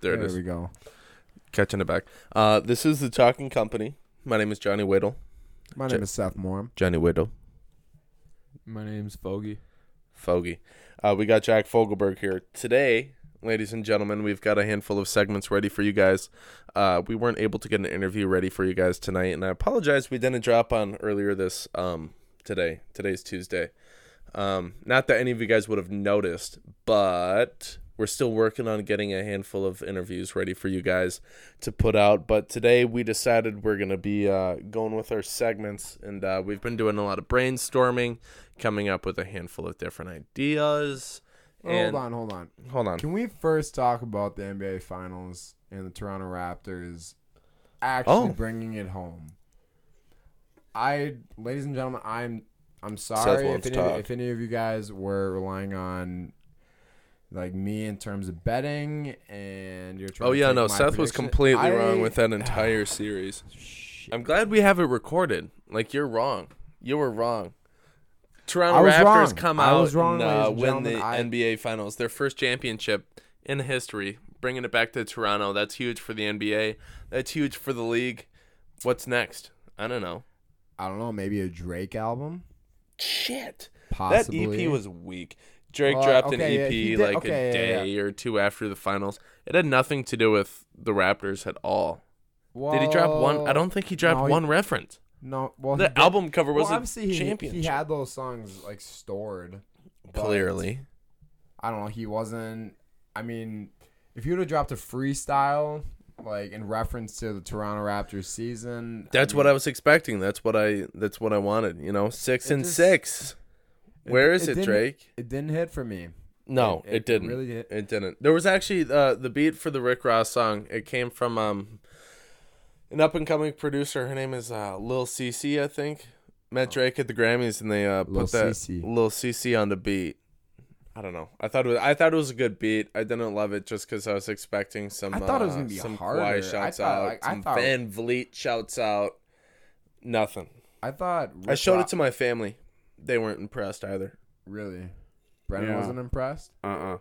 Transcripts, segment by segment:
There it there is. we go. Catching it back. Uh, this is the Talking Company. My name is Johnny Whittle. My Ch- name is Seth Moore. Johnny Whittle. My name's Foggy. Fogey. Uh, we got Jack Fogelberg here today, ladies and gentlemen. We've got a handful of segments ready for you guys. Uh, we weren't able to get an interview ready for you guys tonight, and I apologize we didn't drop on earlier this um today. Today's Tuesday. Um, not that any of you guys would have noticed, but we're still working on getting a handful of interviews ready for you guys to put out. But today we decided we're gonna be uh, going with our segments, and uh, we've been doing a lot of brainstorming, coming up with a handful of different ideas. And Oh, hold on, hold on. hold on. Can we first talk about the NBA Finals and the Toronto Raptors actually Oh. bringing it home? I, ladies and gentlemen, I'm I'm sorry if wants any, talk. if any of you guys were relying on like me in terms of betting and you're trying. Oh to yeah, take no. my Seth was prediction. completely I- wrong with that entire series. Shit. I'm glad we have it recorded. Like you're wrong. You were wrong. Toronto I was Raptors wrong. come I out was wrong, and ladies uh, and win the gentlemen. I- NBA Finals, their first championship in history, bringing it back to Toronto. That's huge for the NBA. That's huge for the league. What's next? I don't know. I don't know. Maybe a Drake album. Shit. Possibly. That E EP was weak. Drake Well, dropped okay, yeah, an EP he did- like okay, a yeah, day yeah. or two after the finals. It had nothing to do with the Raptors at all. Did he drop one? I Well, don't think he dropped no, he- one reference. No. Well, he The did- album cover was well, a obviously he, championship. he had those songs like stored. but- clearly. I don't know. He wasn't. I mean, if you would have dropped a freestyle, like in reference to the Toronto Raptors season, That's what I was expecting. That's what I that's what I wanted, you know. 6 It and just- 6. Where is it, didn't- Drake? It didn't hit for me. No, it, it- it didn't. really didn't. It didn't. There was actually uh, the beat for the Rick Ross song. It came from um, an up and coming producer. Her name is uh, Lil Cece, I think. Met Drake at the Grammys, and they uh, put Oh. Lil that Cece. Lil Cece on the beat. I don't know. I thought it was, I thought it was a good beat. I didn't love it just because I was expecting some. I thought it was uh, gonna be some Kawhi harder. I shouts thought, out, like, I some thought- Van Vliet shouts out. Nothing. I thought Rick I showed Ro- it to my family. They weren't impressed either. really. Brennan Yeah. wasn't impressed. Uh uh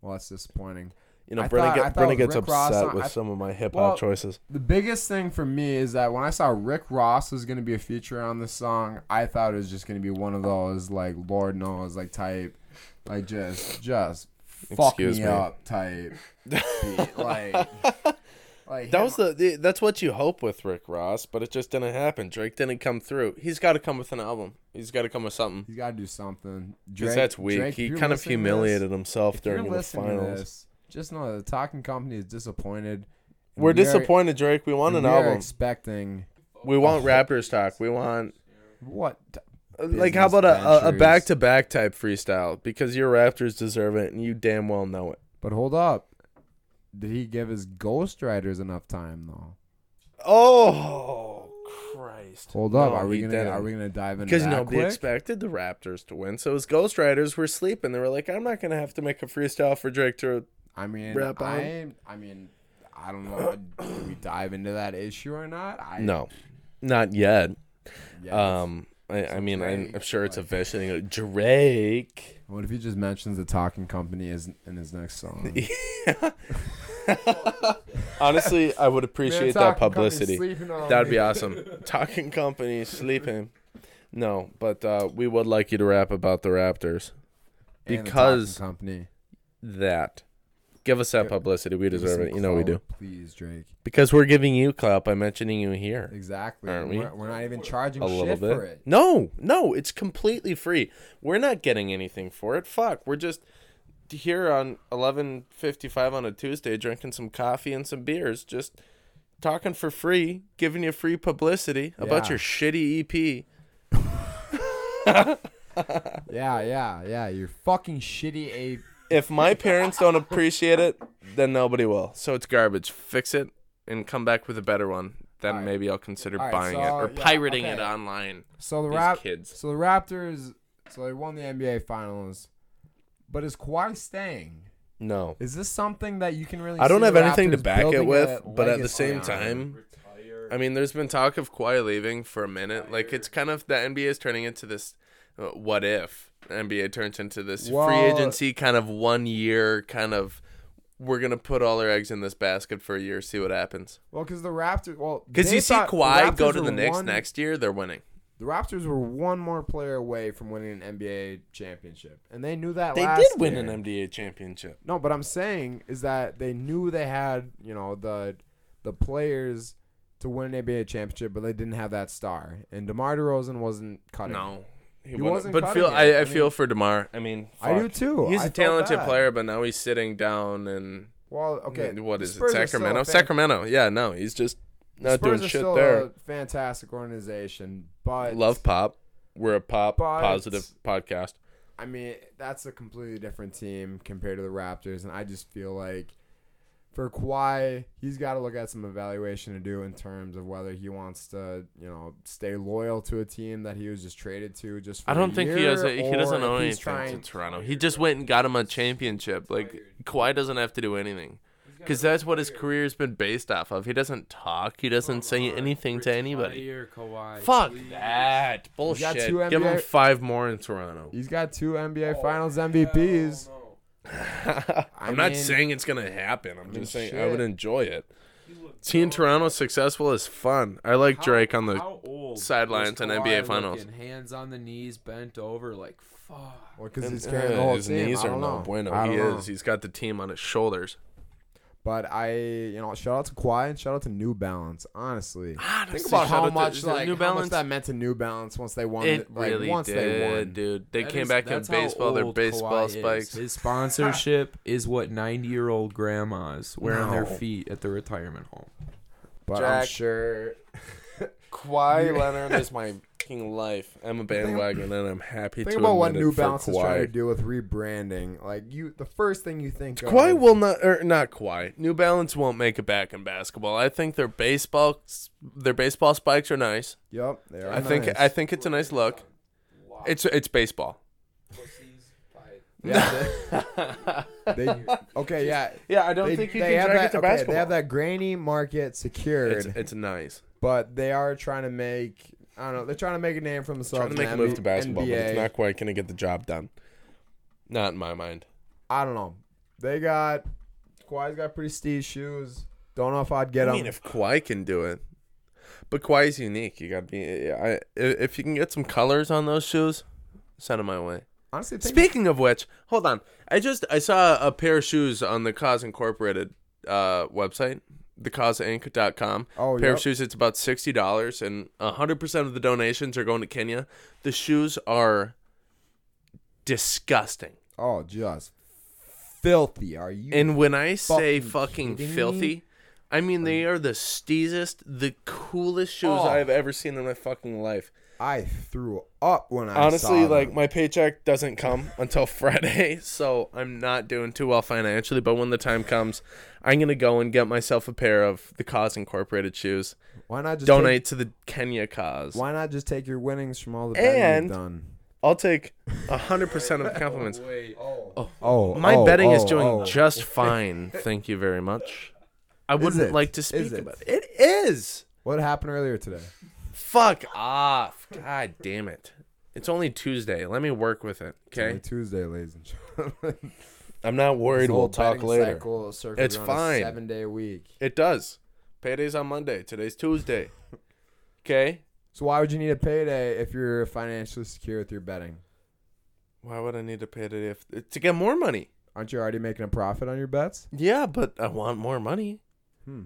Well, that's disappointing. You know, I Brenna, thought- I get, thought Brenna it gets was Rick Ross upset on- with I- some of my hip hop Well, choices. The biggest thing for me is that when I saw Rick Ross was gonna be a feature on this song, I thought it was just gonna be one of those like Lord knows like type, like just just fuck Excuse me, me. up type, beat. like like That him- was the, the that's what you hope with Rick Ross, but it just didn't happen. Drake didn't come through. He's got to come with an album. He's got to come with something. he's got to do something. Because Drake, that's weak. Drake, if he you're kind of listening to humiliated this, himself if you're during the listening to finals. this, just know that the talking company is disappointed. and We're we are- disappointed, Drake. We want and an we are album. expecting we want Raptors talk. We want what? like how Business about a- a, a ventures. back-to-back type freestyle because your Raptors deserve it and you damn well know it. But hold up. Did he give his ghostwriters enough time though? Oh Christ! Hold up. No, are we he gonna didn't. are we gonna dive into Because that nobody quick? expected the Raptors to win, so his ghostwriters were sleeping. They were like, "I'm not gonna have to make a freestyle for Drake to." I mean, Wrap up. I I mean, I don't know. Do we dive into that issue or not? I, No, not yet. yes. Um, I, I mean, I'm, Drake, I'm sure it's a vicious thing. Drake. What if he just mentions the talking company is in his next song? Honestly, I would appreciate that publicity. That'd That'd be awesome. Talking company sleeping. No, but uh, we would like you to rap about the Raptors. because- company. That. Give us that publicity. We Give us deserve some it. You know we do. clout, Please, Drake. Because we're giving you clout by mentioning you here. Exactly. Aren't we? We're, we're not even charging a shit little bit. for it. No, no, it's completely free. We're not getting anything for it. Fuck, we're just here on eleven fifty five on a Tuesday, drinking some coffee and some beers, just talking for free, giving you free publicity about Yeah. your shitty E EP. Yeah, yeah, yeah. You're fucking shitty. A If my parents don't appreciate it, then nobody will. So it's garbage. Fix it and come back with a better one. Then Alright. maybe I'll consider Alright, buying it so, or yeah, pirating it okay. online. so the These rap. kids. So the Raptors. So they won the NBA Finals. But is Kawhi staying? No. Is this something that you can really? I don't see have the anything to Raptors back it building with, a but at the legacy same on? time, I mean, there's been talk of Kawhi leaving for a minute. Like, it's kind of the NBA is turning into this uh, what if. NBA turns into this free Well- agency kind of one year kind of we're gonna put all our eggs in this basket for a year, see what happens. Well, because the Raptors. Well, Because they you see thought the Kawhi go Raptors to the were Knicks one- next year, they're winning. The Raptors were one more player away from winning an NBA championship, and they knew that. They last did win year. an NBA championship. No, but I'm saying is that they knew they had you know the the players to win an NBA championship, but they didn't have that star, and DeMar DeRozan wasn't cutting. it. No, he, He wouldn't. wasn't But cutting feel it. I, I, I feel mean- for Demar. I mean, I do fuck. too. He's a a talented player, but now he's sitting down and Well, okay. what the is it? Spurs are still Sacramento. a fan- Sacramento. Yeah, no, he's just the not Spurs doing are shit still there. A fantastic organization, but Love pop. We're a pop But- positive podcast. I mean, that's a completely different team compared to the Raptors, and I just feel like for Kawhi, he's got to look at some evaluation to do in terms of whether he wants to, you know, stay loyal to a team that he was just traded to. Just for I don't a think he year, has. A, he or doesn't owe if he's anything trying- to Toronto. He just went and got him a championship. Like Kawhi doesn't have to do anything, because that's what his career's been based off of. He doesn't talk. He doesn't say anything to anybody. Retire Kawhi, Fuck please. that bullshit. two Give him NBA five more in Toronto. He's got two NBA Finals MVPs. Hell Oh, no. I'm not mean- saying it's gonna happen. I'm mean, just saying I shit. would enjoy it. He looked Seeing so- Toronto successful is fun. I like How- Drake on the how old sidelines in was NBA Kawhi Finals. looking? hands on the knees, bent over, like fuck. Well, because And, he's carrying the uh, whole his team. knees I are don't no know. bueno. I He don't is. know. He's got the team on his shoulders. But I, you know, shout out to Kawhi and shout out to New Balance. Honestly, Honestly, think about shout out how to- much is it like New how much Balance? that meant to New Balance once they won. It like, really once did, they won. dude. They That came is- back in that's how baseball. Their old baseball Kawhi is. spikes. His sponsorship is what 90 year old grandmas wear on their feet at the retirement home. But I'm Jack. sure. Kawhi Leonard is my fucking life. I'm a bandwagon, and I'm happy Think to about what admit it New for Balance is trying to Kawhi. do with rebranding. Like you, the first thing you think of. Kawhi will not, or not Kawhi. New Balance won't make it back in basketball. I think their baseball, their baseball spikes are nice. Yep, they are I think, nice. I think it's a nice look. It's it's baseball. Yeah, they, they- okay, yeah. Yeah, I don't They, think you they can have drag that. it to okay, basketball. they have that grainy market secured, it's, it's nice. but they are trying to make. I don't know. They're trying to make a name for themselves. Trying to in make a the move to basketball, but NBA. it's not quite gonna get the job done. Not in my mind. I don't know. They got Kawhi's got pretty steep shoes. Don't know if I'd get I them. mean, if Kawhi can do it, but Kawhi's unique. You gotta be. I i- if you can get some colors on those shoes, send them my way. Honestly, think Speaking of which, hold on. I just I saw a pair of shoes on the Cause Incorporated uh, website, thecausinc.com. Oh, pair of yep. shoes. It's about sixty dollars, and hundred percent of the donations are going to Kenya. The shoes are disgusting. oh, just filthy. Are you? And when I say fucking, fucking kidding me? filthy, I mean they are the steezest, the coolest shoes Oh. I've ever seen in my fucking life. I threw up when I Honestly, saw like them. my paycheck doesn't come until Friday, so I'm not doing too well financially, but when the time comes, I'm going to go and get myself a pair of the Cause Incorporated shoes. why not just Donate to the Kenya cause. Take, why not just take your winnings from all the And- betting you've done? I'll take 100% of the compliments. Wait, Oh, My oh, betting is oh, doing oh. just fine. Thank you very much. I wouldn't it? like to Is speak it? about it. It is. What happened earlier today? Fuck off. God damn it. It's only Tuesday. Let me work with it. Only Okay. Tuesday, ladies and gentlemen. I'm not worried. This We'll whole talk betting later. cycle circles It's around a fine. Seven-day week. It does. Payday's on Monday. Today's Tuesday. Okay. So why would you need a payday if you're financially secure with your betting? Why would I need to pay today if, to get more money? Aren't you already making a profit on your bets? Yeah, but I want more money. Hmm.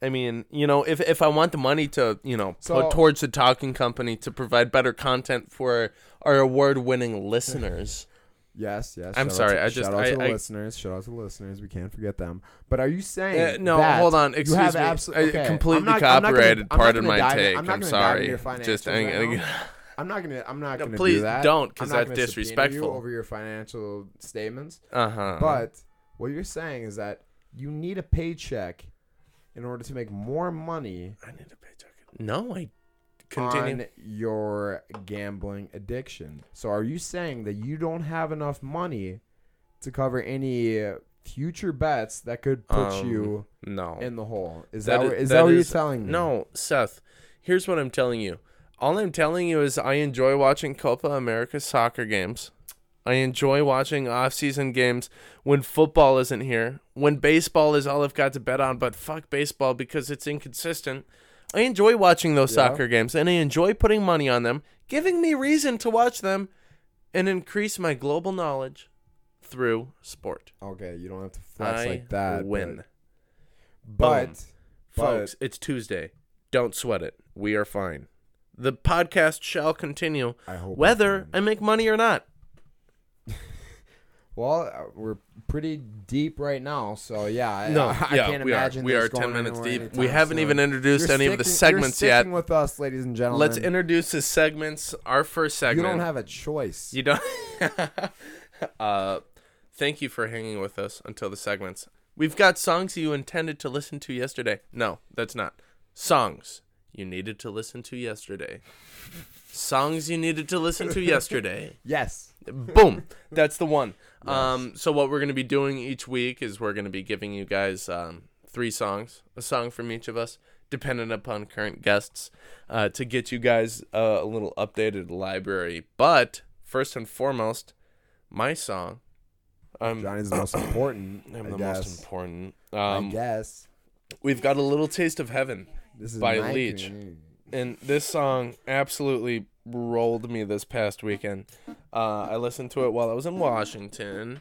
I mean, you know, if if I want the money to, you know, So- put towards the talking company to provide better content for our award-winning listeners. Yes, yes. I'm shout out sorry, To, I just- shout out I- to the I- listeners. Shout out to the listeners. We can't forget them. But are you saying? Uh, no, that hold on. you Excuse have me. abso- I- okay, I'm completely not- I'm not gonna- copyrighted. I'm not Pardon gonna my dive in- take. I'm not I'm gonna dive into sorry. your Just financials I- right I- now. I'm not gonna. I'm not No, gonna. please do that. don't, I'm 'cause that's not gonna subpoena you disrespectful. over your financial statements. uh-huh. But what you're saying is that you need a paycheck in order to make more money I need a paycheck. No, I continue. on your gambling addiction. So are you saying that you don't have enough money to cover any uh, future bets that could put Um, you no. in the hole? Is That that, what- is- is that that what is- you're telling me? No, Seth. Here's what I'm telling you. All I'm telling you is I enjoy watching Copa America soccer games. I enjoy watching off-season games when football isn't here, when baseball is all I've got to bet on, but fuck baseball because it's inconsistent. I enjoy watching those Yeah. soccer games and I enjoy putting money on them, giving me reason to watch them and increase my global knowledge through sport. Okay, you don't have to flex I like that. win. But, Boom. but Folks, it's Tuesday. Don't sweat it. We are fine. The podcast shall continue I hope whether I'm fine. I make money or not. well, uh, we're pretty deep right now, so yeah. I- No, I, I yeah, can't we are. imagine We this are 10 going minutes anywhere deep. anytime We haven't soon. even introduced You're any of the sticking- you're segments yet. sticking with us, ladies and gentlemen. Let's introduce his segments. Our first You segment. don't have a choice. You don't. uh, thank you for hanging with us until the segments. We've got songs you intended to listen to yesterday. No, that's not. Songs you needed to listen to yesterday. Songs you needed to listen to yesterday. yes. Boom. That's the one. Um, so what we're gonna be doing each week is we're gonna be giving you guys um, three songs, a song from each of us, dependent upon current guests, uh, to get you guys uh, a little updated library. But first and foremost, my song. I'm, Johnny's the most important. Um, I'm I the guess. most important. I Um, guess we've got a little taste of heaven, this is by my Leach. community. and this song absolutely rolled me this past weekend. Uh, I listened to it while I was in Washington,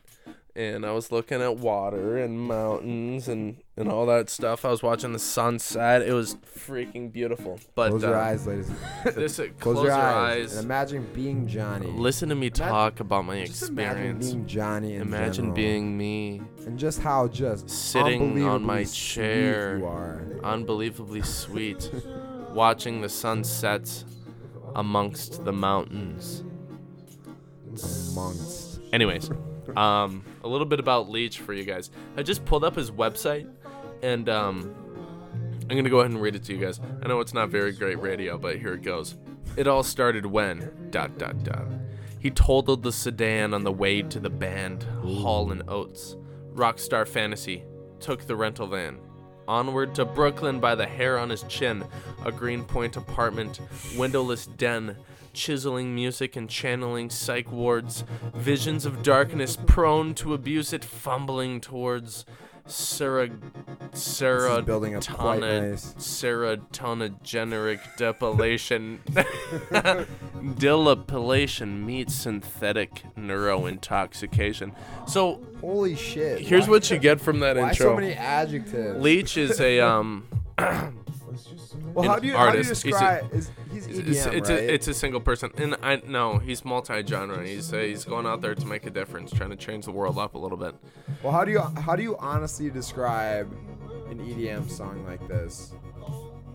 and I was looking at water and mountains and and all that stuff. I was watching the sunset. It was freaking beautiful. But Close uh, your eyes, ladies. This uh, close, Close, your, eyes. And imagine being Johnny. Listen to me talk about my just imagine experience. being Johnny. In Imagine general. being me, and just how just Sitting on unbelievably my sweet chair. You are. unbelievably sweet, watching the sunsets amongst the mountains. Amongst. Anyways, um, a little bit about Leach for you guys. I just pulled up his website, and um, I'm gonna go ahead and read it to you guys. I know it's not very great radio, but here it goes. It all started when dot dot dot. He totaled the sedan on the way to the band Hall and Oates. Rockstar Fantasy took the rental van. Onward to Brooklyn by the hair on his chin, a Greenpoint apartment, windowless den, chiseling music and channeling psych wards, visions of darkness prone to abuse it, fumbling towards Sarah, This Sarah is building up quite nice. serotonergic depilation dilapilation meets synthetic neurointoxication so Holy shit. here's why, what you get from that Why intro so many adjectives? leach is a um well, how an do you artist. He's how do you describe? Is, he's EDM, it's, it's right? a it's a single person and i no he's multi-genre he's uh, he's going out there to make a difference trying to change the world up a little bit well, how do you how do you honestly describe an EDM song like this?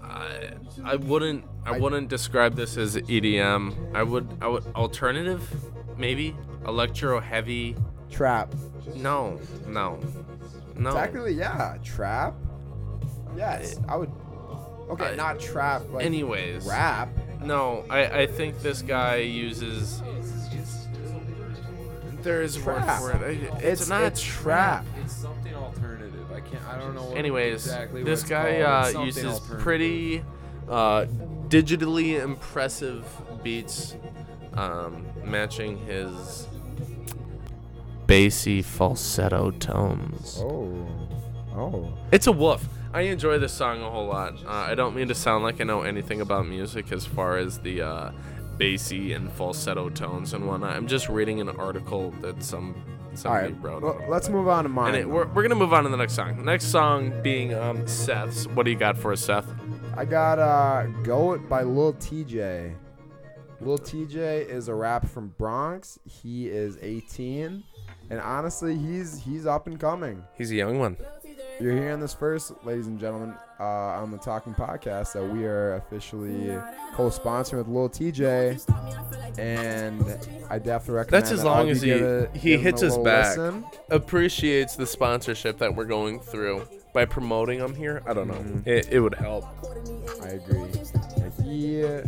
I, I wouldn't I wouldn't describe this as EDM. I would I would alternative, maybe electro heavy. Trap. No, no, no. Technically, yeah, trap. Yes, I would. Okay, I- not trap, like Anyways, rap. no. I I think this guy uses. There is word Trap. for it. I- It's, It's, not it's trap. It's something alternative. I can't. I don't know. What, Anyways, exactly what this it's guy called. It's uh, something uses alternative. pretty uh, digitally impressive beats, um, matching his bassy falsetto tones. Oh, oh. It's a woof. I enjoy this song a whole lot. Uh, I don't mean to sound like I know anything about music as far as the uh, bassy and falsetto tones and whatnot. I'm just reading an article that some All somebody right, wrote. well, let's move on to mine. And it, we're, we're gonna move on to the next song. Next song being um, Seth's. What do you got for us, Seth? I got uh, "Go It" by Lil TJ. Lil TJ is a rapper from Bronx. He is 18, and honestly, he's he's up and coming. He's a young one. You're hearing this first, ladies and gentlemen, uh, on the Talking Podcast that we are officially co-sponsoring with Lil TJ, and I definitely recommend. That's as that all long of as you he- give it- he give him hits a us little back. listen. Appreciates the sponsorship that we're going through by promoting him here. Mm-hmm. I don't know. It, it would help. I agree. Like, yeah.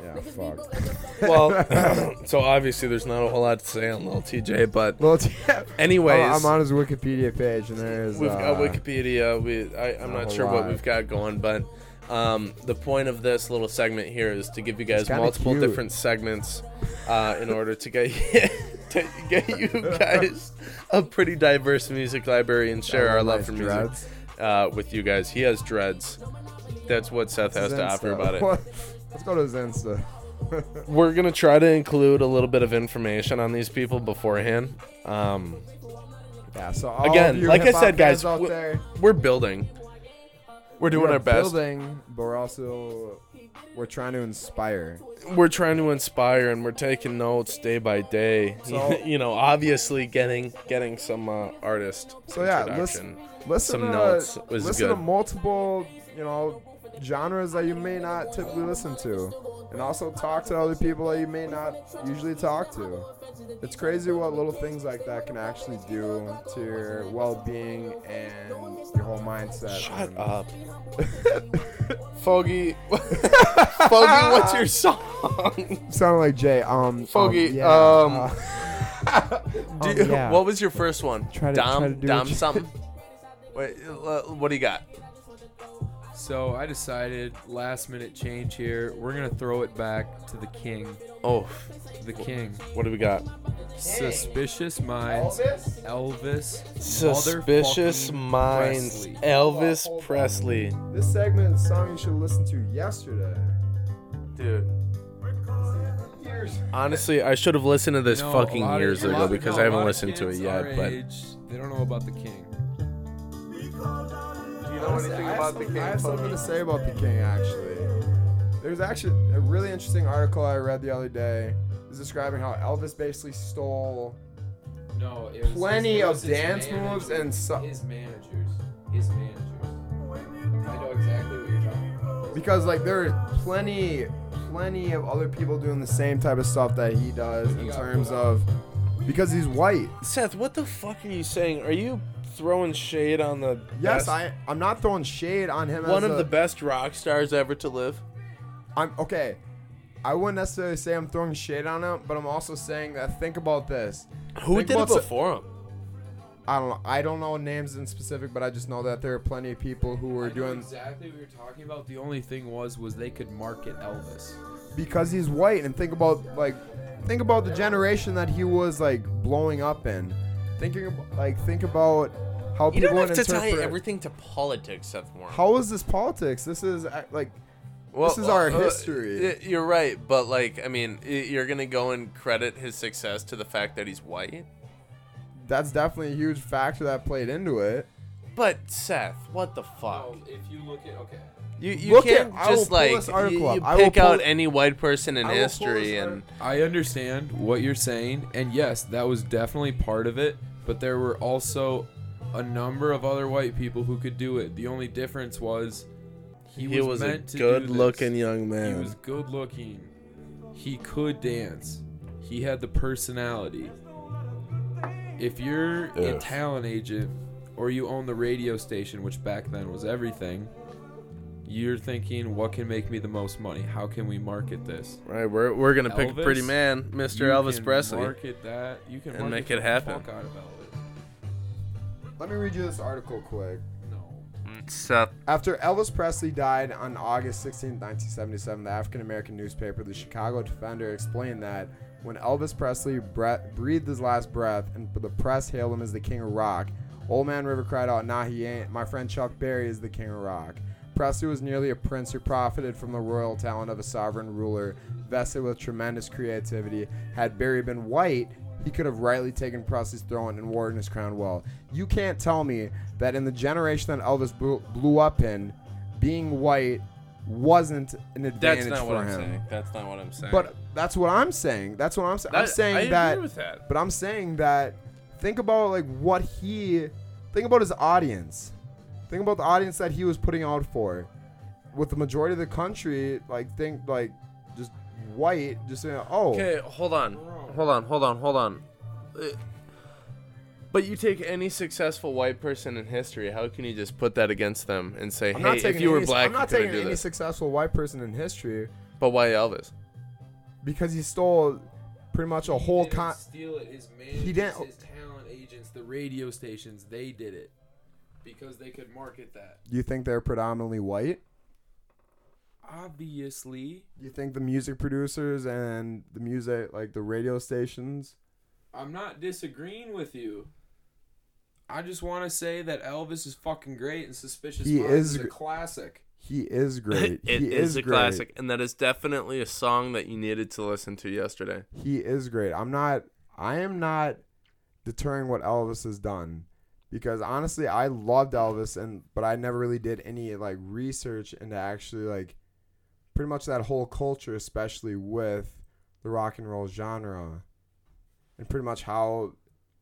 Yeah, fuck. Well, so obviously there's not a whole lot to say on Lil TJ, but Well, yeah. anyways, I'm on his Wikipedia page, and there is. we've got uh, Wikipedia. We I, I'm not not a sure what lot. we've got going, but um, the point of this little segment here is to give you guys kinda multiple cute. different segments uh, in order to get to get you guys a pretty diverse music library and share our love nice for dreads. music uh, with you guys. He has dreads. That's what Seth has His to offer Insta. about it. Let's go to his Insta. we're gonna try to include a little bit of information on these people beforehand. Um, Yeah. So all of again, you like I hip-hop said, guys, fans out we- there, we're building. We're doing we are our best. building, but we're also we're trying to inspire. We're trying to inspire, and we're taking notes day by day. So- you know, obviously getting getting some uh, artist. So yeah, introduction. listen, listen Some to, notes was listen good. to multiple, you know, genres that you may not typically listen to, and also talk to other people that you may not usually talk to. It's crazy what little things like that can actually do to your well-being and your whole mindset. Shut And- up, Foggy. Foggy, what's your song? Sounded like Jay. Um, Foggy, um, yeah, um, uh, Do Um, you, yeah. What was your first one? Try to- Dom, try to do Dom it. something. Wait, uh, what do you got? So I decided last minute change here. We're gonna throw it back to the king. Oh, The king. what do we got? Suspicious minds. Elvis. Suspicious motherfucking Minds, Presley. Elvis Hold on. Presley. this segment is a song you should listen to yesterday. Dude, honestly, I should have listened to this No, a fucking lot of- years a lot- ago because no, I a lot haven't of listened to it kids yet. our But age, they don't know about the king. do you I have some- I have something to say about the king, actually. There's actually a really interesting article I read the other day. It's describing how Elvis basically stole No, it plenty of dance moves and so- his managers. His managers. I know exactly what you're talking about. because like there are plenty, plenty of other people doing the same type of stuff that he does in terms of because he's white. Seth, what the fuck are you saying? Are you throwing shade on the Yes, best- I I'm not throwing shade on him. one as of a- the best rock stars ever to live? I'm okay. I wouldn't necessarily say I'm throwing shade on him, but I'm also saying that think about this. Who Think did it about s- before him? I don't know. I don't know names in specific, but I just know that there are plenty of people who I are know doing exactly what you're talking about. The only thing was was they could market Elvis. because he's white and think about like think about the generation that he was like blowing up in. Thinking ab- like think about how You people don't would have to tie interpret everything to politics, Seth Moore. How is this politics? This is uh, like This is our history. uh, y- You're right, but like, I mean, y- you're gonna go and credit his success to the fact that he's white. that's definitely a huge factor that played into it. But Seth, what the fuck? Oh, if you look at okay. You you Look can't at- I will just pull like this article you, up. you I will pick pull- out any white person in I will pull history this and I understand what you're saying, and yes, that was definitely part of it, but there were also a number of other white people who could do it. The only difference was he, was, meant to do this. young He was good looking. He could dance. He had the personality. If you're a Ugh. talent agent or you own the radio station, which back then was everything, you're thinking, what can make me the most money? How can we market this? All right, we're we're gonna pick a pretty Elvis, man, Mr. You Elvis can Presley. Market that. You can and market make it the happen. fuck out of Elvis. Let me read you this article quick. No. Seth, After Elvis Presley died on August 16, 1977, the African American newspaper, the Chicago Defender, explained that when Elvis Presley bre- breathed his last breath and the press hailed him as the king of rock, Old Man River cried out, Nah, he ain't. My friend Chuck Berry is the king of rock. Presley was nearly a prince who profited from the royal talent of a sovereign ruler, vested with tremendous creativity. Had Berry been white, he could have rightly taken Presley's throne and worn his crown well. You can't tell me that in the generation that Elvis blew, blew up in, being white wasn't an advantage that's not for what I'm him. saying. That's not what I'm saying. But that's what I'm saying. That's what I'm saying. I'm That- saying I agree that. with that. But I'm saying that. Think about like what he. Think about his audience. Think about the audience that he was putting out for. With the majority of the country, like think like just white, just saying, oh, Okay, hold on, hold on, hold on, hold on. Uh, But you take any successful white person in history, how can you just put that against them and say, I'm "Hey, not if taking you were any, black, I'm not you taking couldn't do any this"? successful white person in history. But why Elvis? because he stole pretty much a whole didn't con. steal it. His managers, He didn't- his talent agents, the radio stations, they did it because they could market that. You think they're predominantly white? Obviously, You think the music producers and the music, like the radio stations, I'm not disagreeing with you. I just want to say that Elvis is fucking great and Suspicious He Minds is is a gr- classic. he is great. It is he is, a great. classic, and that is definitely a song that you needed to listen to yesterday. He is great. I'm not. I am not deterring what Elvis has done because honestly, I loved Elvis, and but I never really did any like research into actually like pretty much that whole culture, especially with the rock and roll genre, and pretty much how,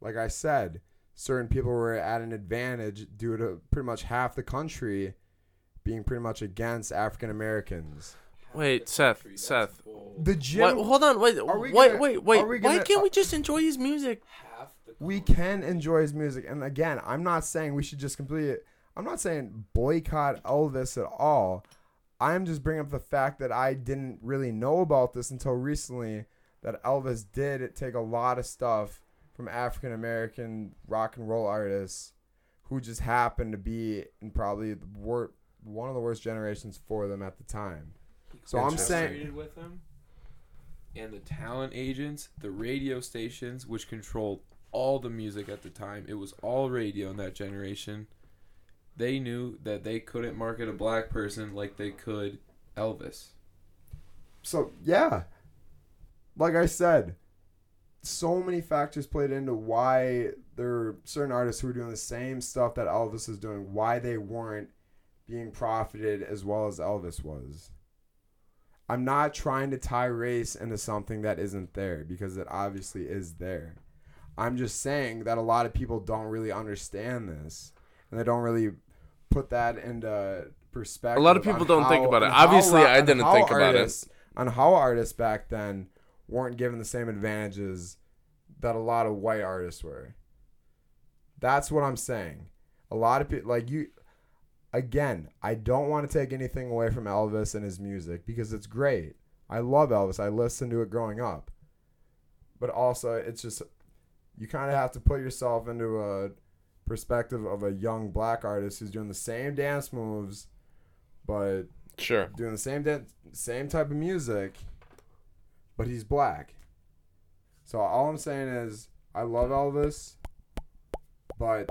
like I said, certain people were at an advantage due to pretty much half the country being pretty much against African Americans. Wait, Seth, That's Seth. bold. The Why, gym. hold on, wait, Are we wait, gonna- wait, wait. are we why gonna- uh, can't we just enjoy his music? Half the we country. can enjoy his music and again i'm not saying we should just completely i'm not saying boycott elvis at all i'm just bringing up the fact that i didn't really know about this until recently that elvis did take a lot of stuff from african american rock and roll artists who just happened to be in probably the wor- one of the worst generations for them at the time so I'm saying- Frustrated with him, and the talent agents, the radio stations, which controlled all the music at the time, it was all radio in that generation. They knew that they couldn't market a black person like they could Elvis. So yeah, like I said, so many factors played into why there are certain artists who were doing the same stuff that Elvis is doing, why they weren't being profited as well as Elvis was. I'm not trying to tie race into something that isn't there because it obviously is there. I'm just saying that a lot of people don't really understand this and they don't really put that into perspective. A lot of people on don't think how- about it. on how Obviously, ro- I on didn't how think about it. artists- On how artists back then weren't given the same advantages that a lot of white artists were. That's what I'm saying. A lot of people, like you, again, I don't want to take anything away from Elvis and his music because it's great. I love Elvis. I listened to it growing up. But also, it's just, you kind of have to put yourself into a perspective of a young black artist who's doing the same dance moves, but Sure. doing the same dan- same type of music, but he's black. So all I'm saying is I love Elvis, but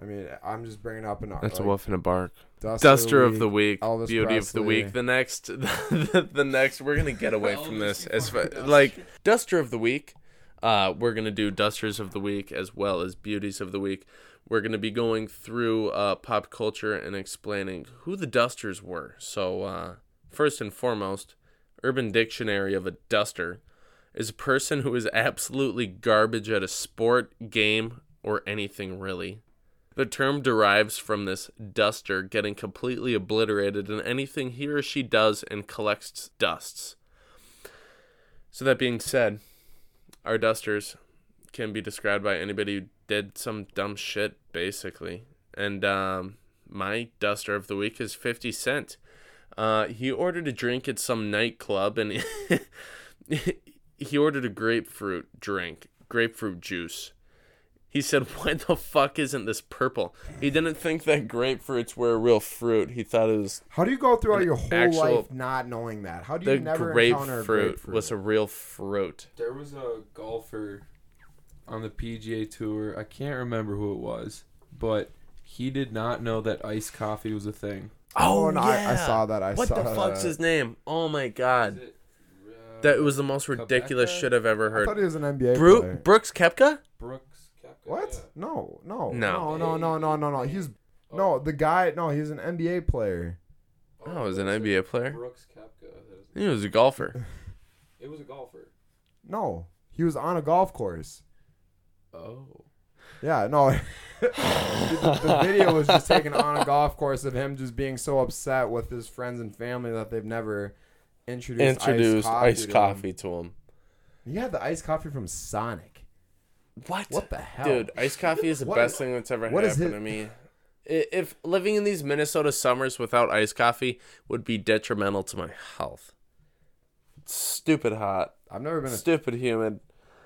I mean I'm just bringing up an That's like, a wolf in a bark. Duster, Duster of Week. the week, Elvis beauty of the Presley. week. The next, the, next, we're gonna get away from Elvis, this you as fa- fucking duster. like duster of the week. Uh, we're gonna do dusters of the week as well as beauties of the week. We're gonna be going through uh, pop culture and explaining who the dusters were. So uh, first and foremost, Urban Dictionary of a duster is a person who is absolutely garbage at a sport, game, or anything really. The term derives from this duster getting completely obliterated in anything he or she does and collects dusts. So, that being said, our dusters can be described by anybody who did some dumb shit, basically. And um, my duster of the week is 50 Cent. Uh, he ordered a drink at some nightclub and he ordered a grapefruit drink, grapefruit juice. He said, "Why the fuck isn't this purple?" He didn't think that grapefruits were a real fruit. He thought it was How do you go throughout your whole actual- life not knowing that? How do the you never encounter a grapefruit, grapefruit? was a real fruit. There was a golfer on the PGA Tour. I can't remember who it was, but he did not know that iced coffee was a thing. Oh, no, I- I saw that, I what saw the fuck's that. his name? Oh my god, it, uh, that was the most ridiculous Koepka? shit I've ever I thought heard. he was an NBA Bru- player. Brooks Kepka? Brooks Koepka, what? yeah. No, no, No. no, no, no, no, no, no. He's no the guy. No, he's an NBA player. Oh, it was an NBA player. Brooks Koepka. That was- He was a golfer. It was a golfer. No, he was on a golf course. Oh. Yeah, no. the, the video was just taken on a golf course of him just being so upset with his friends and family that they've never introduced, Introduced iced to coffee to him. Him. You had the iced coffee from Sonic. What? What the hell? Dude, iced coffee is the What best is- thing that's ever what is happened it- to me. I- If living in these Minnesota summers without iced coffee would be detrimental to my health. stupid hot, I've never been. A, stupid humid.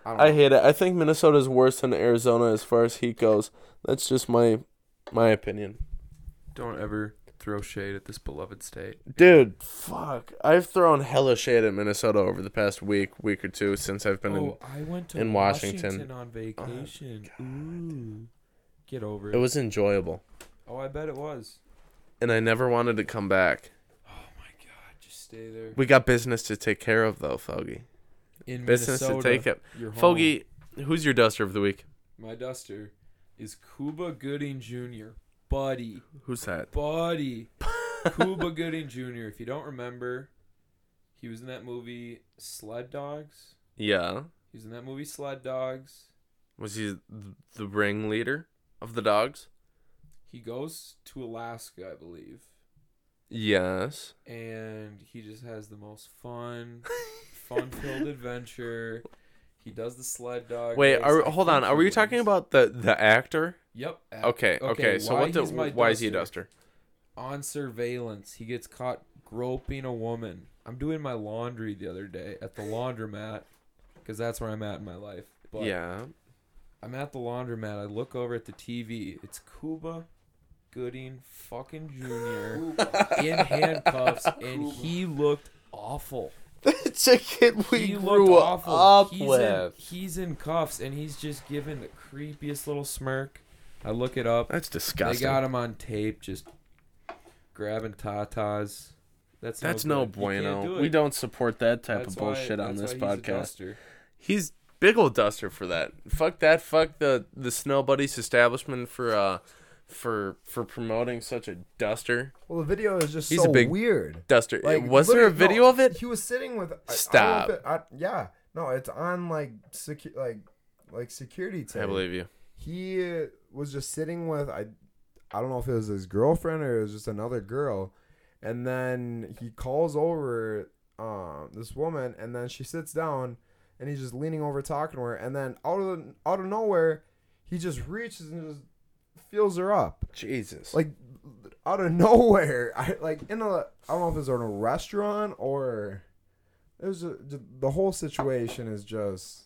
I don't know. I hate it. I think Minnesota's worse than Arizona as far as heat goes. That's just my my opinion. Don't ever throw shade at this beloved state. Dude, fuck. I've thrown hella shade at Minnesota over the past week, week or two since I've been oh, I went to in Washington. Washington on vacation. Ooh. Get over in. It it. was enjoyable. Oh, I bet it was. And I never wanted to come back. Oh my god, just stay there. We got business to take care of, though, Foggy. In Business Minnesota, to take care Your home. Foggy, who's your duster of the week? My duster is Cuba Gooding Jr. Buddy, Who's that? buddy. Cuba Gooding Jr. If you don't remember, he was in that movie Sled Dogs. Yeah. He was in that movie Sled Dogs. Was he th- the ringleader of the dogs? He goes to Alaska, I believe, Yes. and he just has the most fun, fun-filled adventure. He does the sled dog. Wait, race. are, I hold on. think Are he we talking wins. about the, the actor? Yep. a- Okay, okay. so what the, he's my why is he a duster? On surveillance, he gets caught groping a woman. I'm doing my laundry the other day at the laundromat because that's where I'm at in my life. But yeah. I'm at the laundromat. I look over at the TV. It's Cuba Gooding fucking Jr. in handcuffs, and he looked awful. the chicken we he looked grew awful. up he's In, with. he's in cuffs, and he's just giving the creepiest little smirk. I look it up. That's They disgusting. got him on tape, just grabbing tatas. That's That's no, good. You can't bueno. do it. we don't support that type That's of why- bullshit on that's this why he's a podcast. duster. He's big old duster for that. Fuck that. Fuck the the Snow Buddies establishment for uh for for promoting such a duster well, the video is just He's a so big- weird. duster. was there a literally- video no, of it? He was sitting with. I- I don't know if Stop. it- I- yeah, no, it's on like secu- like like security tape. I believe you. he uh, was just sitting with I I don't know if it was his girlfriend or it was just another girl and then he calls over um this woman and then she sits down and he's just leaning over talking to her and then out of the, out of nowhere he just reaches and just feels her up Jesus. like out of nowhere I like in a I don't know if it was in a restaurant or it was a, the whole situation is just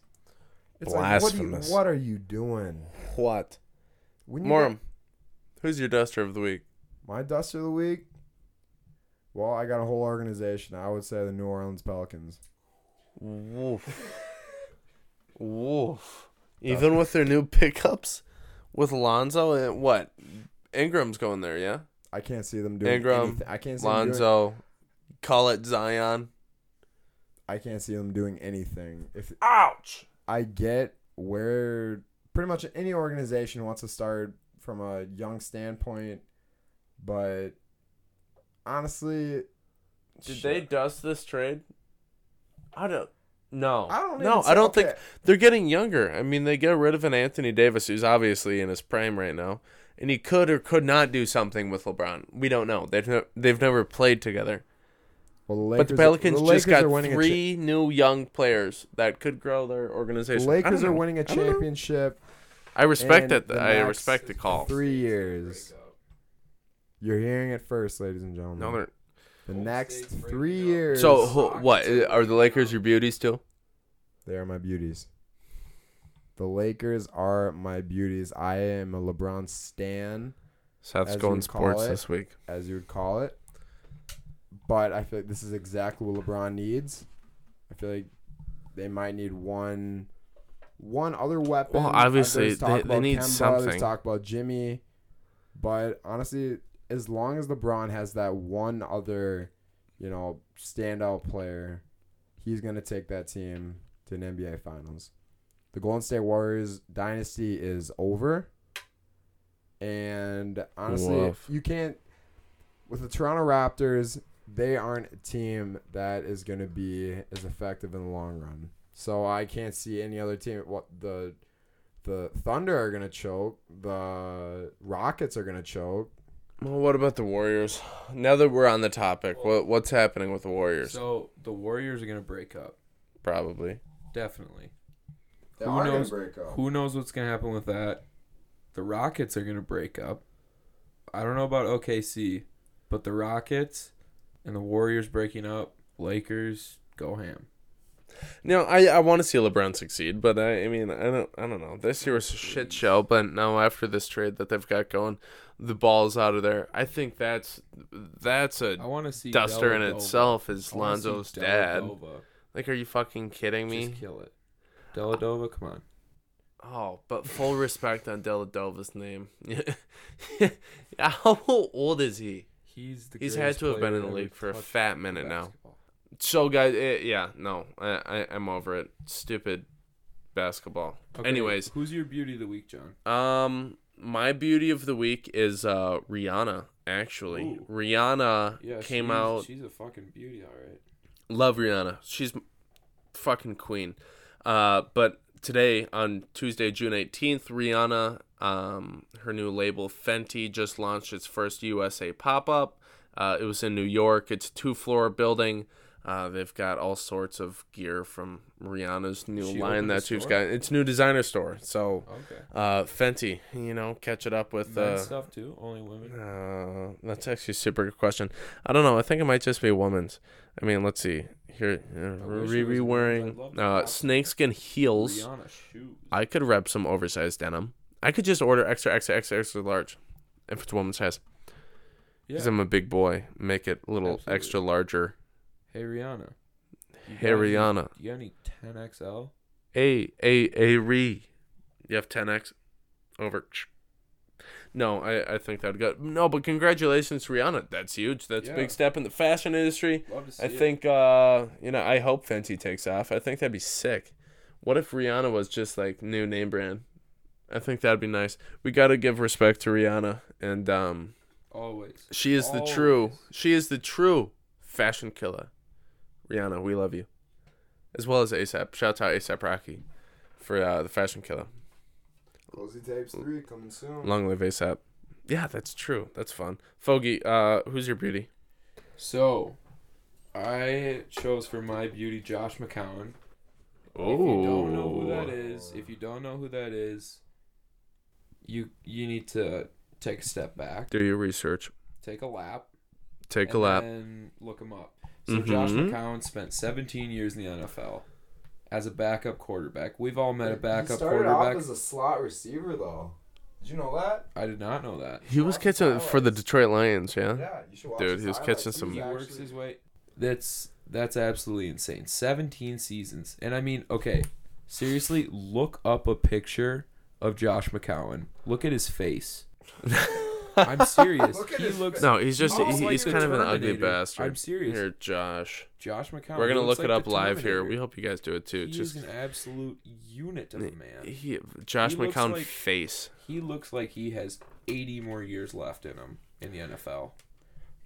it's like what, do you, Blasphemous. what are you doing what? when you Morm, who's your duster of the week? My duster of the week. Well, I got a whole organization. I would say the New Orleans Pelicans. Woof. Woof. Even with their new pickups with Lonzo and what? Ingram's going there, yeah? I can't see them doing Ingram, anything. I can't see Them doing, Lonzo. Call it Zion. I can't see them doing anything. If Ouch. I get where pretty much any organization wants to start from a young standpoint, but honestly, Did shit, they dust this trade? I don't no. I don't no, even see- I don't okay. think they're getting younger. I mean, they get rid of an Anthony Davis who's obviously in his prime right now, and he could or could not do something with LeBron. We don't know. They've ne- they've never played together. Well, the Lakers, But the Pelicans the just Lakers are got winning a cha- three new young players that could grow their the organization. I Lakers don't are know. winning a I don't know. championship. I respect and it. the I Max respect the call. Three years. You're hearing it first, ladies and gentlemen. No, they're The Golden next State's breaking three it up. years. so who, what are the Lakers your beauties too? They are my beauties. The Lakers are my beauties. I am a LeBron stan, Seth's As you going would call sports it. this week. as you would call it. But I feel like this is exactly what LeBron needs. I feel like they might need one, one other weapon. Well, obviously, There's they- they need there's something. Talk about Jimmy, but honestly, as long as LeBron has that one other, you know, standout player, he's gonna take that team to an NBA Finals. The Golden State Warriors dynasty is over, and honestly, Woof. you can't. With the Toronto Raptors, they aren't a team that is gonna be as effective in the long run. So I can't see any other team. What the the Thunder are gonna choke. The Rockets are gonna choke. Well, what about the Warriors? Now that we're on the topic, what what's happening with the Warriors? So the Warriors are gonna break up, Probably. definitely. They Who are gonna knows? break up. Who knows what's gonna happen with that? The Rockets are gonna break up. I don't know about OKC, but the Rockets and the Warriors breaking up, Lakers go ham. No, I, I want to see LeBron succeed, but I, I mean I don't I don't know. This year was a shit show, but now after this trade that they've got going, the ball's out of there. I think that's that's a I want to see duster in Dellavedova. itself is I wanna see Lonzo's dad. Dellavedova. Like, are you fucking kidding me? Just kill it. Deladova, come on. Oh, but full respect on Deladova's name. How old is he? He's the He's had greatest to have been in the player to ever league for a touch fat minute now. basketball. So, guys, eh, yeah, no, I, I, I'm over it. Stupid basketball. Okay, Anyways, who's your beauty of the week, John? um, my beauty of the week is uh Rihanna. Actually, Ooh. Rihanna came she's- out. She's a fucking beauty, all right. Love Rihanna. She's m- fucking queen. Uh, but today on Tuesday, June eighteenth, Rihanna, um, her new label Fenty just launched its first USA pop up. Uh, it was in New York. It's a two floor building. Uh, they've got all sorts of gear from Rihanna's new She line opened a that she's got. store? It's new designer store. So, Okay. uh, Fenty, you know, catch it up with. Men's uh, stuff too. Only women. uh, that's actually a super good question. I don't know. I think it might just be women's. I mean, let's see. Here, uh, wish it was Riri women's. wearing I'd love to uh, have snakeskin heels. Rihanna shoes. I could rep some oversized denim. I could just order extra, extra, extra, extra large if it's woman's size. Yeah. Because I'm a big boy. Make it a little Absolutely. extra larger. hey Rihanna. You Hey, got any- Rihanna. You got any 10XL? A, A, A, Re. You have 10X over. No, I, I think that'd go. No, but congratulations, Rihanna. That's huge. That's a Yeah. big step in the fashion industry. Love to see I it. think uh you know, I hope Fenty takes off. I think that'd be sick. What if Rihanna was just like new name brand? I think that'd be nice. We gotta give respect to Rihanna and um always. she is the true Always. she is the true fashion killer. Rihanna, we love you. As well as ASAP. Shout out ASAP Rocky for uh, the fashion killer. Cozy Tapes 3 coming soon. Long live ASAP. Yeah, that's true. That's fun. Foggy, uh, who's your beauty? So, I chose for my beauty Josh McCown. If you don't know who that is, if you don't know who that is, you you need to take a step back, Do your research. take a lap, Take a and lap. then look him up. So Josh Mhm. McCown spent 17 years in the NFL as a backup quarterback. We've all met a he backup started quarterback. off as a slot receiver, though. Did you know that? I did not know that. He was Watch catching it for the highlights. Detroit Lions, yeah? Yeah, you should watch Dude, his he was highlights. catching some- He was works actually- his way. That's that's absolutely insane. 17 seasons. And I mean, okay, seriously, look up a picture of Josh McCown. Look at his face. I'm serious. Look at he his looks No, he's just He looks he's like the kind of an ugly Terminator. bastard. I'm serious. Here, Josh. Josh McCown. We're he gonna looks look it like up the live here. We Terminator. hope you guys do it too. He just is an absolute unit of a man. he, Josh he looks McCown like- face. He looks like he has 80 more years left in him in the NFL.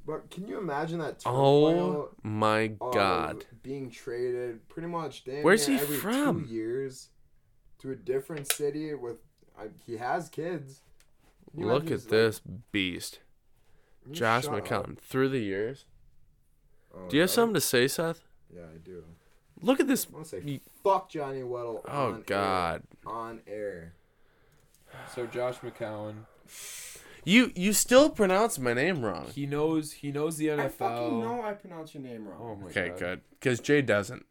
But can you imagine that turmoil Oh my of God. being traded pretty much damn Where's near he every from? two years to a different city with I, he has kids. Can you Look imagine at his, this beast, like, you Josh shut up. McCown. Through the years, Oh, do you have that- something to say, Seth? Yeah, I do. Look at this. I want to say Ye- fuck Johnny Weddle. on Oh air. God. on air. So Josh McCown, You you still pronounce my name wrong. he knows he knows the NFL. I fucking know I pronounced your name wrong. Oh my Okay, god. good. Because Jay doesn't.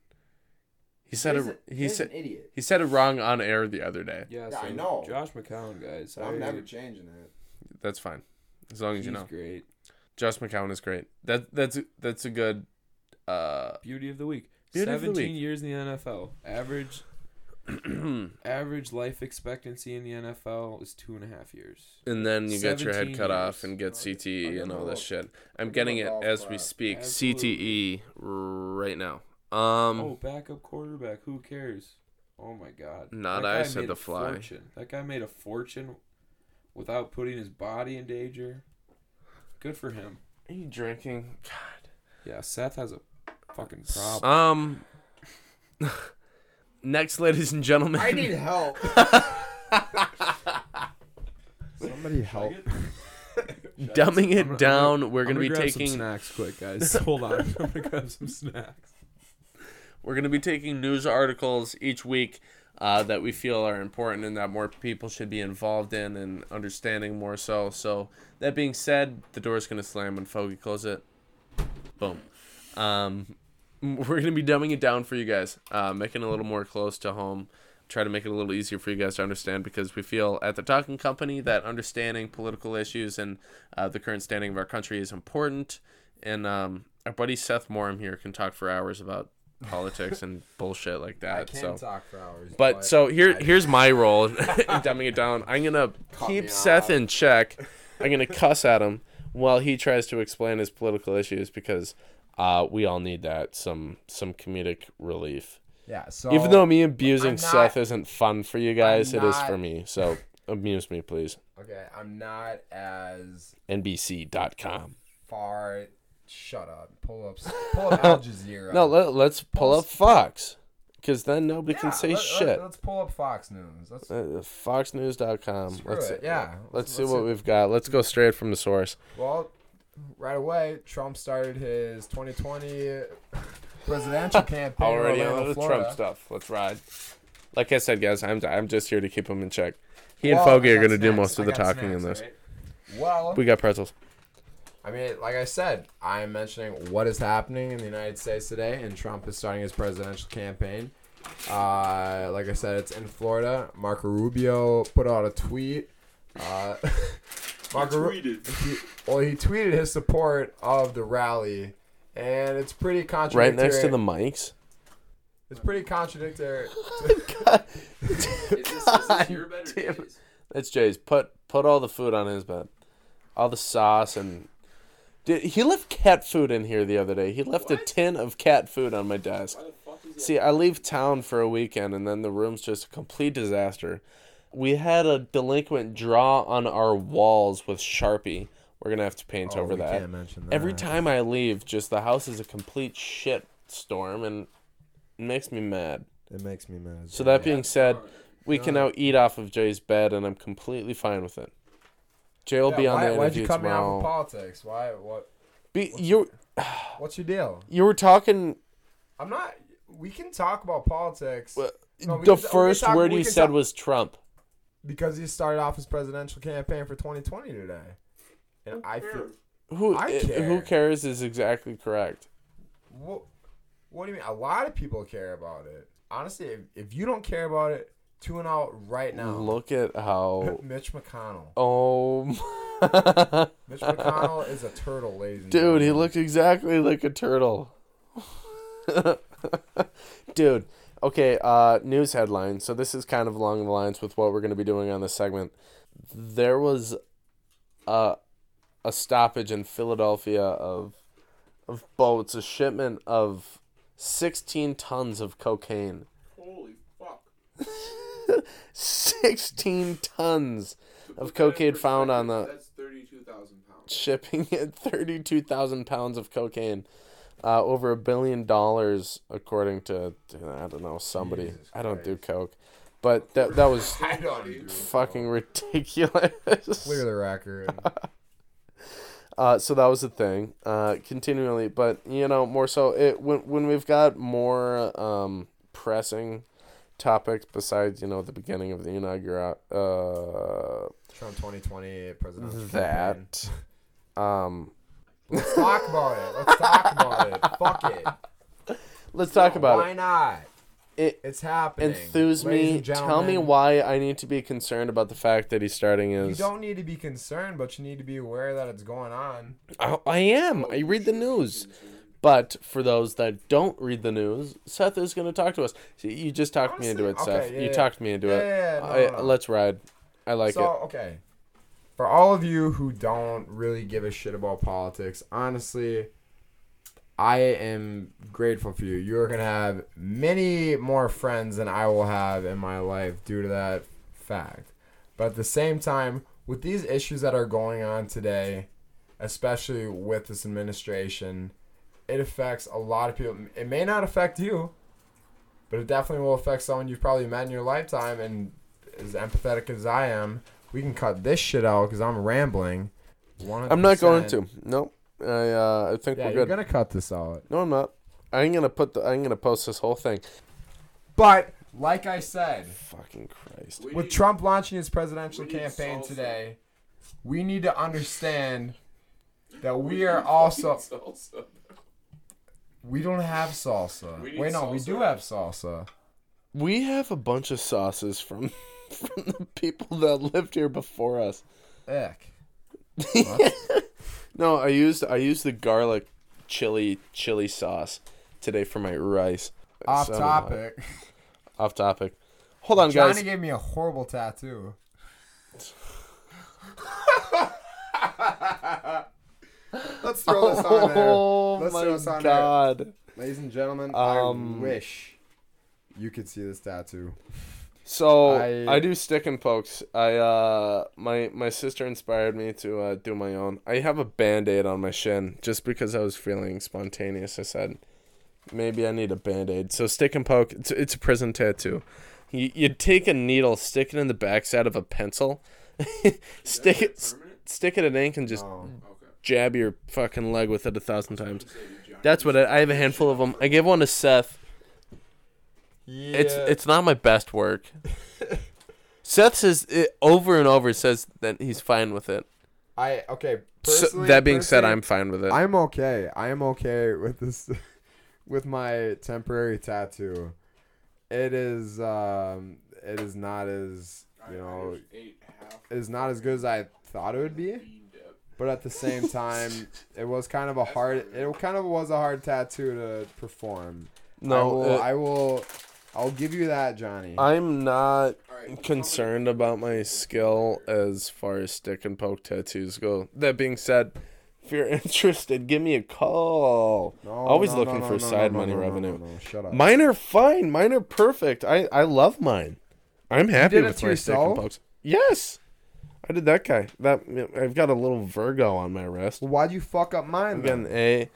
He said He's it. a- He he's said an idiot. he said it wrong on air the other day. Yeah, Yeah, I so know. Josh McCown, guys. I, I'm never changing it. That's fine, as long as he's you know. great. Josh McCown is great. That that's that's a good. Uh, Beauty of the week. Beauty of the 17 week. years in the NFL. Average and average life expectancy in the NFL is two and a half years. then you get your head 17 cut off years. and get CTE and all this shit. I'm I'm getting it gonna golf as we clap. speak. Absolutely. CTE right now. oh, Um, backup quarterback. Who cares? Oh my god. Not That I, guy said made the a fly. Fortune. That guy made a fortune without putting his body in danger. Good for him. are you drinking? God. Yeah, Seth has a fucking problem. Um. Next, ladies and gentlemen. I need help. Somebody help. dumbing I'm it gonna- down. We're I'm gonna, be grab some taking snacks quick, guys. Hold on. I'm gonna grab some snacks. We're going to be taking news articles each week uh, that we feel are important and that more people should be involved in and understanding more so. So, that being said, the door's going to slam when Foggy closes it. Boom. Um, we're going to be dumbing it down for you guys, uh, making it a little more close to home, try to make it a little easier for you guys to understand because we feel at the Talking Company that understanding political issues and uh, the current standing of our country is important. And um, our buddy Seth Morham here can talk for hours about politics and bullshit like that. I can so. talk for hours. But so here, here's my role in dumbing it down. I'm gonna Cut me keep Seth off. in check. I'm gonna cuss at him while he tries to explain his political issues because uh, we all need that some some comedic relief. yeah. So Even though me abusing I'm not- Seth isn't fun for you guys, I'm it is for not- me. So amuse me, please. okay, I'm not as NBC.com. far. Shut up. Pull up. Pull up Al Jazeera. No, let, let's pull up Post- Fox because then nobody Yeah, can say let- let- shit. Let's pull up Fox News. Let's Uh, Foxnews.com. Screw let's it, yeah. Let's Let's- see let's what see. we've got. Let's go straight from the source. Well, right away, Trump started his 2020 presidential campaign. in Already Orlando, on the Florida. Trump stuff. Let's ride. Like I said, guys, I'm I'm just here to keep him in check. He and Well, Foggy I are got going to do snacks. most of I the got talking in snacks, this. right? Well, We got pretzels. I mean, like I said, I'm mentioning what is happening in the United States today, and Trump is starting his presidential campaign. Uh, like I said, it's in Florida. Marco Rubio put out a tweet. Uh, Marco Ru- he- well, he tweeted his support of the rally, and it's pretty contradictory. Right next to the mics. It's pretty contradictory. Is this, is this your better damn days? That's Jay's. Put put all the food on his bed. All the sauce and Dude, he left cat food in here the other day. He left a tin of cat food on my desk. Why the fuck is that? See, I leave town for a weekend and then the room's just a complete disaster. We had a delinquent draw on our walls with Sharpie. We're going to have to paint over Oh, we that. can't mention that. Every time I leave, just the house is a complete shit storm and it makes me mad. It makes me mad. as So well. that being said, we can now eat off of Jay's bed and I'm completely fine with it. Jay will Yeah, be on why, the Why'd interview you cut me off tomorrow. with politics? Why? What? Be, you What's your deal? you were talking I'm not. We can talk about politics uh, No, the we can- we can first talk- word we you can said talk- was Trump. because he started off his presidential campaign for 2020 today, and I feel. Who I i- who care. cares is exactly correct. What, what do you mean? A lot of people care about it. Honestly, if, if you don't care about it, tune out right now. Look at how Mitch McConnell. oh my- Mitch McConnell is a turtle, ladies and dude, he gentlemen. looks exactly like a turtle. dude, okay, uh news headline. So this is kind of along the lines with what we're going to be doing on this segment. There was a a stoppage in Philadelphia of of boats, a shipment of 16 tons of cocaine. Holy fuck. 16 tons of Put that in cocaine found on perspective, the That's 32,000 pounds. shipping at 32,000 pounds of cocaine. Uh, over a billion dollars, according to, I don't know, somebody. Jesus I don't do coke. But that, that was I don't. do it. fucking ridiculous. Clear the record. Uh, so that was the thing, uh, continually. But you know, more so it when when we've got more um, pressing topics besides you know the beginning of the inaugural uh, Trump 2020 presidential campaign. that um, Let's talk about it. Let's talk about it. Fuck it. let's talk about Why it. not? It It's happening. enthused Ladies me. and Tell me gentlemen, why I need to be concerned about the fact that he's starting You his. don't need to be concerned, but you need to be aware that it's going on. I, I am. I read the news. But for those that don't read the news, Seth is going to talk to us. See, you just talked me into it, Honestly, okay, Seth. yeah, you yeah. talked me into Yeah, it. yeah, yeah, no, I- no, no. Let's ride. I like so, okay. For all of you who don't really give a shit about politics, honestly, I am grateful for you. You're going to have many more friends than I will have in my life due to that fact. But at the same time, with these issues that are going on today, especially with this administration, it affects a lot of people. It may not affect you, but it definitely will affect someone you've probably met in your lifetime. And as empathetic as I am, we can cut this shit out because I'm rambling. it. I'm not going 100%. to. Nope. I uh, I think Yeah, we're you're good. gonna cut this out. No, I'm not. I'm gonna put the. I'm gonna post this whole thing. But like I said, Fucking Christ. We with need- Trump launching his presidential we need campaign salsa. today, we need to understand that we we need are also fucking salsa. We don't have salsa. We need Wait, no, we salsa. do have salsa. We have a bunch of sauces from from the people that lived here before us. Eck. No, I used I used the garlic chili chili sauce today for my rice. Off So, uh, topic. off topic. Hold on, Johnny guys. gave me a horrible tattoo. Let's throw this on Oh there. Let's my throw this on god. there. Ladies and gentlemen, Um, I wish you could see this tattoo. So I, I- do stick and pokes. I uh my my sister inspired me to uh, do my own. I have a band aid on my shin just because I was feeling spontaneous. I said maybe I need a band aid. So stick and poke. It's it's a prison tattoo. You you take a needle, stick it in the backside of a pencil, stick it s- stick it in ink, and just Oh. jab your fucking leg with it a thousand times. That's what I, I have a handful of them. I gave one to Seth. It's it's not my best work. Seth says it over and over says that he's fine with it. I okay. So, Personally, that being said, personally, I'm fine with it. I'm okay. I am okay with this with my temporary tattoo. It is um it is not as you know it is not as good as I thought it would be. But at the same time, it was kind of a hard it kind of was a hard tattoo to perform. I no, will, it- I will I'll give you that, Johnny. I'm not concerned about my skill as far as stick and poke tattoos go. That being said, if you're interested, give me a call. No, Always no, looking no, for no, no, side no, money no, no, revenue. no, no, Shut up. Mine are fine. Mine are perfect. I, I love mine. I'm happy did it with to my stick and yourself? pokes. Yes, I did that guy. That I've got a little Virgo on my wrist. Why'd you fuck up mine? Then? Again, a.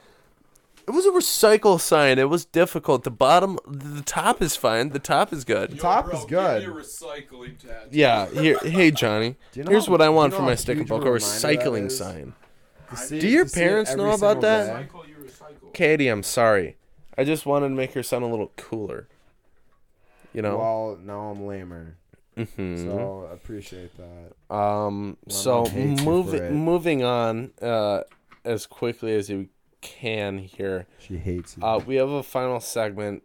It was a recycle sign. It was difficult. The bottom, the top is fine. The top is good. top is good. recycling tattoo. Yeah. Here, hey Johnny. Do you know here's how- what I do you want know for how my stick and huge of a poke: a reminder that recycling is? sign. To see- Do your to see it parents every know about single that? day. Recycle, you recycle. Katie, I'm sorry. I just wanted to make her sound a little cooler. You know. Well, now I'm lamer. Mhm. So appreciate that. Um. So mom hates you for it. moving moving on uh, as quickly as you can here. She hates you. Uh, we have a final segment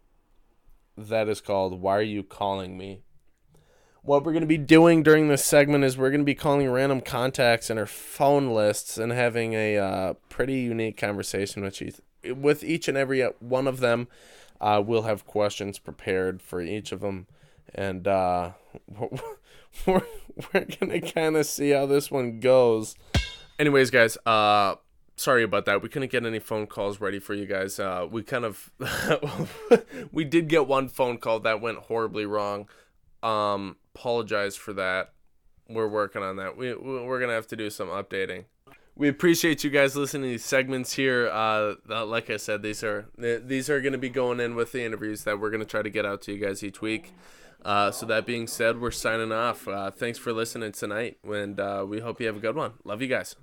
that is called "Why Are You Calling Me." What we're going to be doing during this segment is we're going to be calling random contacts in our phone lists and having a uh, pretty unique conversation with each with each and every one of them. Uh, we'll have questions prepared for each of them, and uh, we're we're going to kind of see how this one goes. Anyways, guys. Uh, sorry about that. We couldn't get any phone calls ready for you guys. Uh, we kind of we did get one phone call that went horribly wrong. Um, apologize for that. We're working on that. We we- we're gonna have to do some updating. We appreciate you guys listening to these segments here. Uh, uh, like I said, these are th- these are gonna be going in with the interviews that we're gonna try to get out to you guys each week. Uh, so that being said, we're signing off. Uh, thanks for listening tonight, and uh, we hope you have a good one. Love you guys.